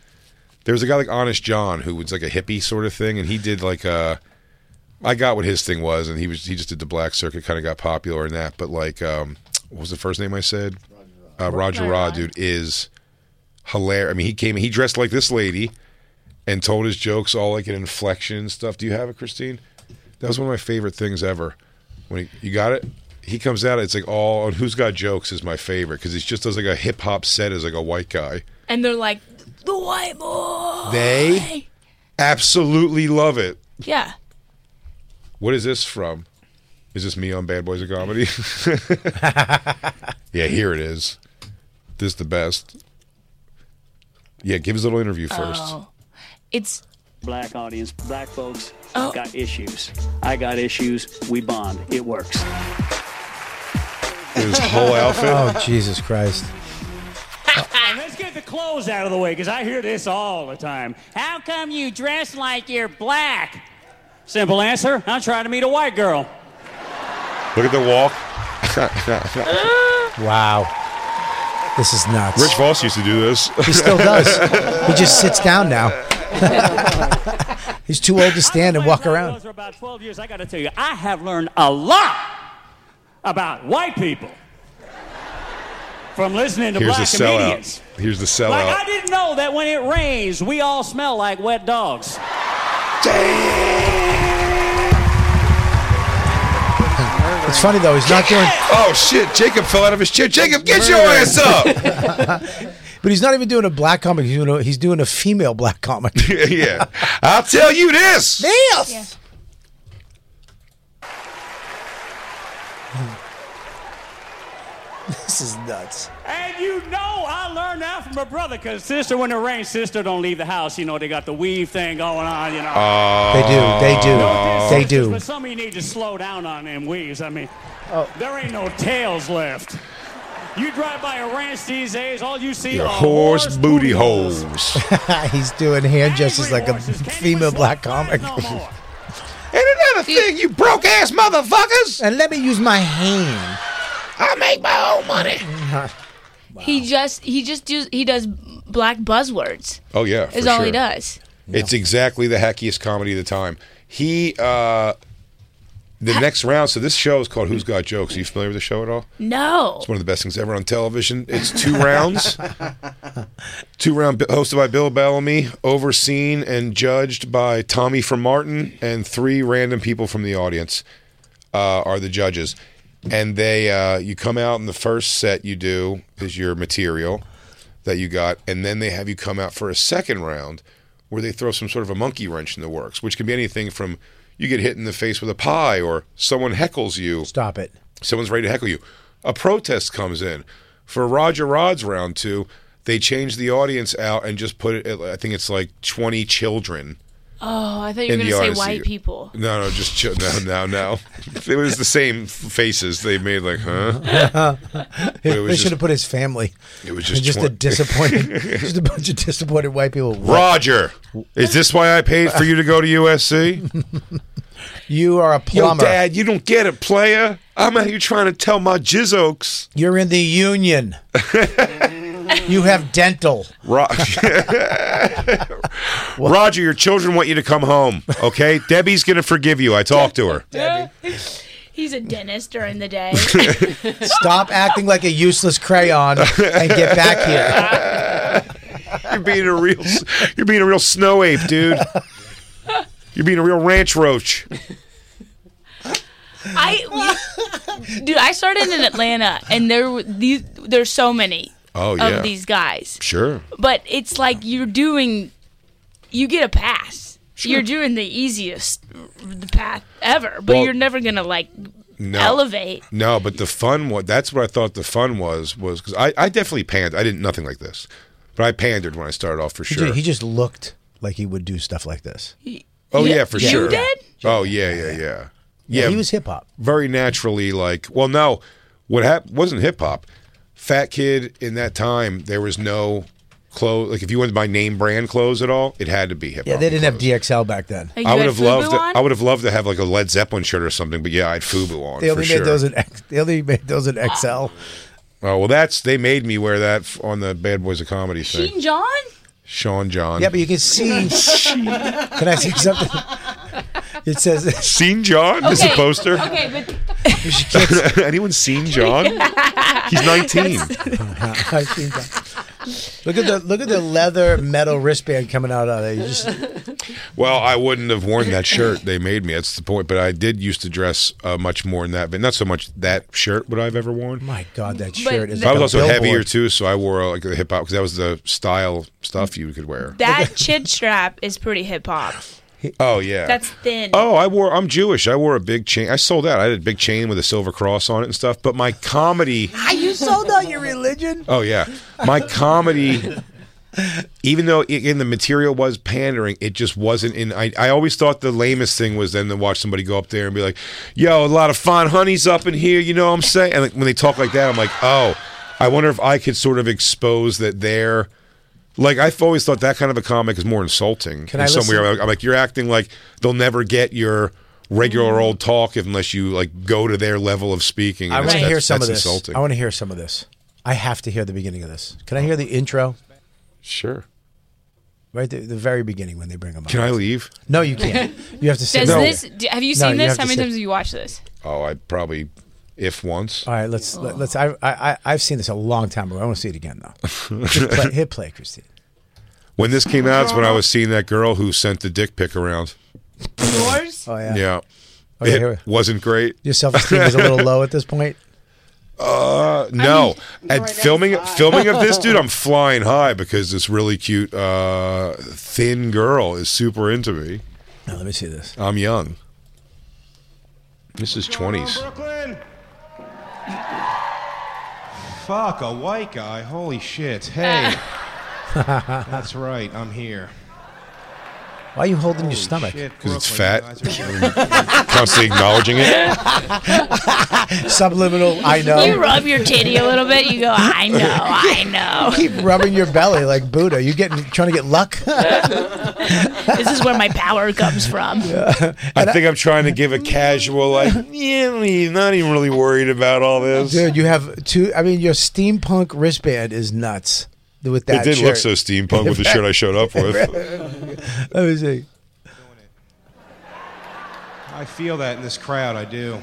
there was a guy like Honest John who was like a hippie sort of thing, and he did like a. I got what his thing was, and he was he just did the black circuit, kind of got popular in that. But like, um, what was the first name I said? Uh, Roger Rod, dude, is hilarious. I mean, he came, he dressed like this lady, and told his jokes all like an inflection and stuff. Do you have it, Christine? That was one of my favorite things ever. When he, you got it, he comes out. It's like all on Who's Got Jokes is my favorite because he just does like a hip hop set as like a white guy.
and they're like, the white boy.
They absolutely love it.
Yeah.
What is this from? Is this me on Bad Boys of Comedy? yeah, here it is. This is the best. Yeah, give his little interview first.
Oh. It's
black audience, black folks
Oh.
got issues. I got issues. We bond. It works.
His whole outfit.
Oh, Jesus Christ.
Let's get the clothes out of the way because I hear this all the time. How come you dress like you're black? Simple answer I'm trying to meet a white girl.
Look at the walk.
wow. This is nuts.
Rich Voss used to do this.
He still does. he just sits down now. He's too old to stand and walk around.
For about 12 years, I got to tell you, I have learned a lot about white people from listening to
Here's the
black comedians.
sellout. Here's the
Like, I
sellout.
didn't know that when it rains, we all smell like wet dogs.
It's funny though. He's not doing.
Oh shit! Jacob fell out of his chair. Jacob, get your ass up!
But he's not even doing a black comic. He's doing a, he's doing a female black comic.
yeah, I'll tell you this.
This. This is nuts.
And you know I learned that from my brother, because sister, when it rains, sister don't leave the house. You know, they got the weave thing going
Oh.
on, you know.
They do. They do.
Oh.
they do.
But some of you need to slow down on them weaves. I mean, there ain't no tails left. You drive by a ranch these days, all you see
Your
are
horse booty holes.
he's doing hand gestures like a female black comic.
And another thing, you broke ass motherfuckers.
And let me use my hand.
I make my own money.
he just he just does he does black buzzwords.
Oh yeah,
is
for
all he
sure.
does.
It's exactly the hackiest comedy of the time. He, uh, the next round. So this show is called Who's Got Jokes. Are you familiar with the show at all?
No.
It's one of the best things ever on television. It's two rounds. two round hosted by Bill Bellamy, overseen and judged by Tommy from Martin, and three random people from the audience uh, are the judges. And they, uh, you come out in the first set you do is your material that you got, and then they have you come out for a second round where they throw some sort of a monkey wrench in the works, which can be anything from you get hit in the face with a pie or someone heckles you
Stop it.
someone's ready to heckle you. A protest comes in for Roger Rod's round two. They change the audience out and just put it. At, I think it's like twenty children.
Oh, I thought you
In
were
the
gonna say
audience,
white
you-
people.
No, no, just chil- no, no, no. It was the same faces they made. Like, huh? But it
they
was
should
just
have put his family.
It was just
a
twen-
disappointed, just a bunch of disappointed white people. What?
Roger. Is this why I paid for you to go to USC?
you are a
Yo,
plumber.
Oh, Dad, you don't get it, player. I'm out here trying to tell my jizzokes.
You're in the union. you have dental.
Ro- Roger, your children want you to come home. Okay, Debbie's gonna forgive you. I talked to her.
He's a dentist during the day.
Stop acting like a useless crayon and get back here.
You're being a real, you're being a real snow ape, dude. You're being a real ranch roach.
I dude, I started in Atlanta, and there were these there's so many
Oh
of
yeah,
these guys,
sure.
but it's like you're doing you get a pass. You're doing the easiest the path ever, but
Well-
you're never gonna like
No.
elevate.
No, but the fun was that's what I thought the fun was was because I, I definitely pandered. I didn't nothing like this, but I pandered when I started off for
He
sure.
ju- He just looked like he would do stuff like this.
oh yeah,
Yeah,
for
you
sure.
did?
Oh yeah, yeah, yeah. Yeah,
he was hip hop.
very naturally like well no what hap- wasn't hip hop fat kid in that time there was no clothes like if you wanted to buy name brand clothes at all it had to be hip hop
Yeah, they didn't have DXL back then.
I would have loved to, I would have loved to have like a Led Zeppelin shirt or something but yeah I had FUBU on
They
for
only
sure
made those in X, they only made those in XL.
oh well that's they made me wear that f- on the Bad Boys of Comedy thing
John?
Sean John
Yeah, but you can see. can I see something? It says
seen John There's a poster
Okay, but
anyone seen John he's 19
I see that. Look at the look at the leather metal wristband coming out of there. You just
Well, I wouldn't have worn that shirt they made me. That's the point. But I did used to dress uh, much more than that, but not so much that shirt would I've ever worn.
My God, that shirt is.
I
like
was also
a billboard.
heavier too, so I wore uh, like the hip hop because that was the style stuff you could wear.
that chin strap is pretty hip hop.
oh yeah,
That's thin.
Oh, I wore. I'm Jewish. I wore a big chain. I sold out. I had a big chain with a silver cross on it and stuff. But my comedy.
Ah, you sold out your religion.
Oh yeah, my comedy. Even though again the material was pandering, it just wasn't in. I, I always thought the lamest thing was then to watch somebody go up there and be like, "Yo, a lot of fine honeys up in here," you know what I'm saying? And like, when they talk like that, I'm like, "Oh, I wonder if I could sort of expose that they're." Like I've always thought that kind of a comic is more insulting.
Can
in
I
some
listen-
weird way. I'm like you're acting like they'll never get your regular old talk unless you like go to their level of speaking.
Mm. I
and
want to
that's-
hear some of
that's
this.
Insulting.
I want to hear some of this. I have to hear the beginning of this. Can I hear the intro?
Sure.
Right, the, the very beginning when they bring them up.
Can I leave?
No, you can't. You have to sit.
Does
there.
this? d- Have you
No,
seen this?
have
How
to
many
sit.
times have you watched this?
Oh, I probably, if once.
All right, let's let, let's. I, I I- I've seen this a long time ago. I want to see it again though. hit, play, hit play, Christine.
When this came out, it's when I was seeing that girl who sent the dick pic around.
Yours?
Oh yeah.
Yeah.
Okay,
it
here we-
wasn't great.
Your self esteem is a little low at this point.
Uh, no. At filming filming of this dude, I'm flying high because this really cute uh, thin girl is super into me.
Now let me see this.
I'm young. This is 20s.
Brooklyn. Fuck a white guy. Holy shit. Hey. That's right. I'm here.
Why are you holding your stomach?
Because it's fat. Constantly acknowledging it.
Subliminal. I know.
You rub your titty a little bit. You go, I know, I know.
You keep rubbing your belly like Buddha. You getting trying to get luck?
this is where my power comes from.
I think I'm trying to give a casual, like, yeah, I'm not even really worried about all this.
Dude, you have two. I mean, your steampunk wristband is nuts. With that,
it didn't look
shirt.
so steampunk with the shirt I showed up with.
Let me see.
I feel that in this crowd. I do.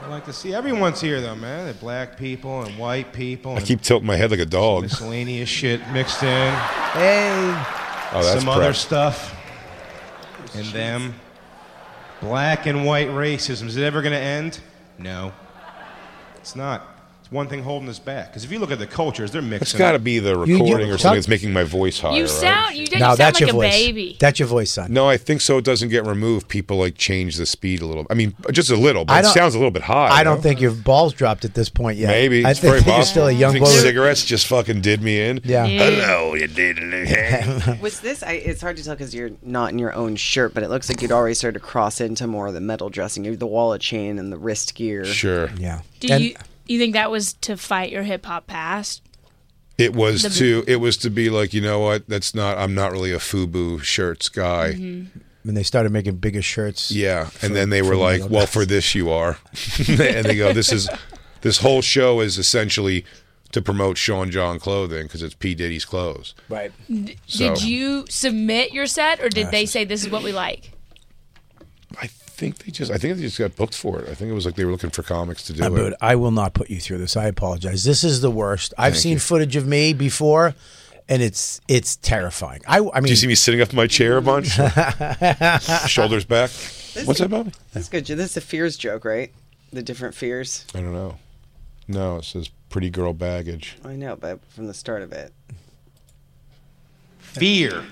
I like to see everyone's here though, man. The black people and white people.
I
And
keep tilting my head like a dog.
miscellaneous shit mixed in.
Hey.
Oh, that's
Some other
prep.
stuff. And them. Black and white racism. Is it ever going to end? No. It's not. It's one thing holding us back. Because if you look at the cultures, they're mixing.
It's got to be the
You- you-
recording or
Chuck-
something that's making my voice higher.
You
right?
sound, you, you
No,
sound
that's
like
your
a
voice.
baby.
That's your voice, son.
No, I think so. It doesn't get removed. People like change the speed a little. I mean, just a little,
I
but it
don't-
sounds a little bit high.
I
you
don't
know?
think your balls dropped at this point yet.
Maybe
I
it's
think
very
you're
possible.
still a young
think
boy.
cigarettes just fucking did me in.
Yeah. Yeah.
Hello, you did.
Was this? I, it's hard to tell because you're not in your own shirt, but it looks like you'd already started to cross into more of the metal dressing, the wallet chain and the wrist gear.
Sure.
Yeah.
Do you you think that was to fight your hip hop past?
It was
The-
to it was to be like you know what? That's not. I'm not really a FUBU shirts guy.
When they started making bigger shirts.
Yeah,
for-
and then they
for
were like,
middle
"Well,
class.
for this you are," and they go, "This is this whole show is essentially to promote Sean John clothing because it's P Diddy's clothes."
Right.
D-
So-
Did you submit your set, or did they say this is what we like?
I think they just I think they just got booked for it. I think it was like they were looking for comics to do
Uh,
it.
Dude, I will not put you through this. I apologize. This is the worst. I've
Thank
seen
you.
footage of me before, and it's it's terrifying. I, I mean,
do you see me sitting up in my chair a bunch? Shoulders back. What's that, Bobby?
That's good. This is a fears joke, right? The different fears.
I don't know. No, it says pretty girl baggage.
I know, but from the start of it,
Fear.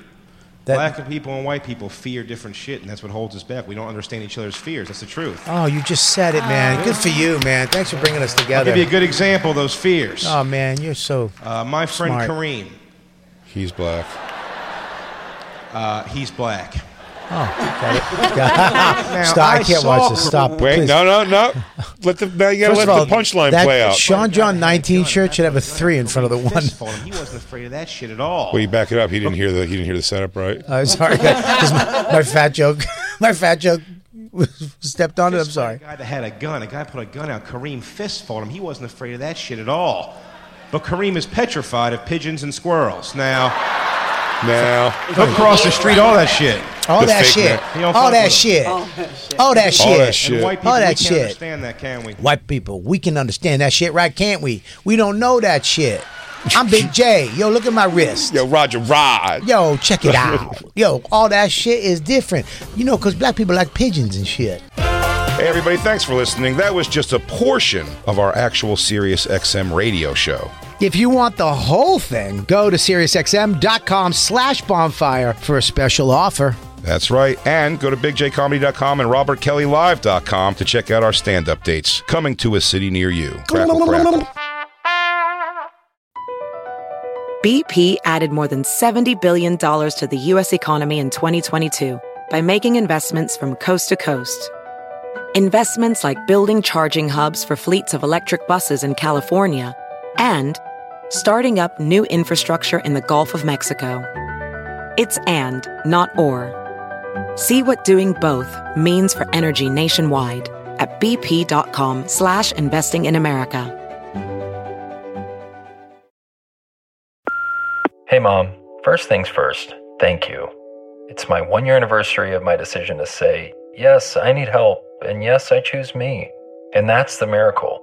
Black people and white people fear different shit, and that's what holds us back. We don't understand each other's fears. That's the truth.
Oh, you just said it, man. Good for you, man. Thanks for bringing us
Ah. I'll
together.
give you a good example of those fears.
Oh man, you're so.
Uh, my friend
Smart.
Kareem.
He's black.
Uh, he's black.
Oh, got it. Got it. Stop. I can't watch this. Stop.
Wait,
Please.
no, no, no. Let the now you gotta
First
let
of all,
the punchline
that
play out.
Sean John 19 shirt should have a three in front of the one.
Told him he wasn't afraid of that shit at all.
Well, you back it up. He didn't hear the he didn't hear the setup right.
I'm Oh, sorry, guys. This is my, my fat joke. My fat joke was stepped on it. I'm sorry.
A guy that had a gun. A guy put a gun out. Kareem fist fought him. He wasn't afraid of that shit at all. But Kareem is petrified of pigeons and squirrels. Now,
now,
he'll cross the street. All that shit.
All that shit.
He don't
All
fuck
that
with him.
shit. All that shit.
And white people,
All
we
that
can't
shit.
understand that, can we?
White people, we can understand that shit, right? Can't we? We don't know that shit. I'm Big J. Yo, look at my wrist.
Yo, Roger Rod.
Yo, check it out. Yo, all that shit is different. You know, because black people like pigeons and shit.
Hey, everybody, thanks for listening. That was just a portion of our actual Sirius XM radio show.
If you want the whole thing, go to SiriusXM.com slash bonfire for a special offer.
That's right. And go to bigjcomedy.com and robertkellylive.com to check out our stand up dates coming to a city near you. Crackle, crackle.
BP added more than $70 billion to the U.S. economy in 2022 by making investments from coast to coast. Investments like building charging hubs for fleets of electric buses in California and starting up new infrastructure in the Gulf of Mexico. It's and, not or. See what doing both means for energy nationwide at bp.com slash investing in America.
Hey, Mom. First things first, thank you. It's my one year anniversary of my decision to say, yes, I need help, and yes, I choose me. And that's the miracle.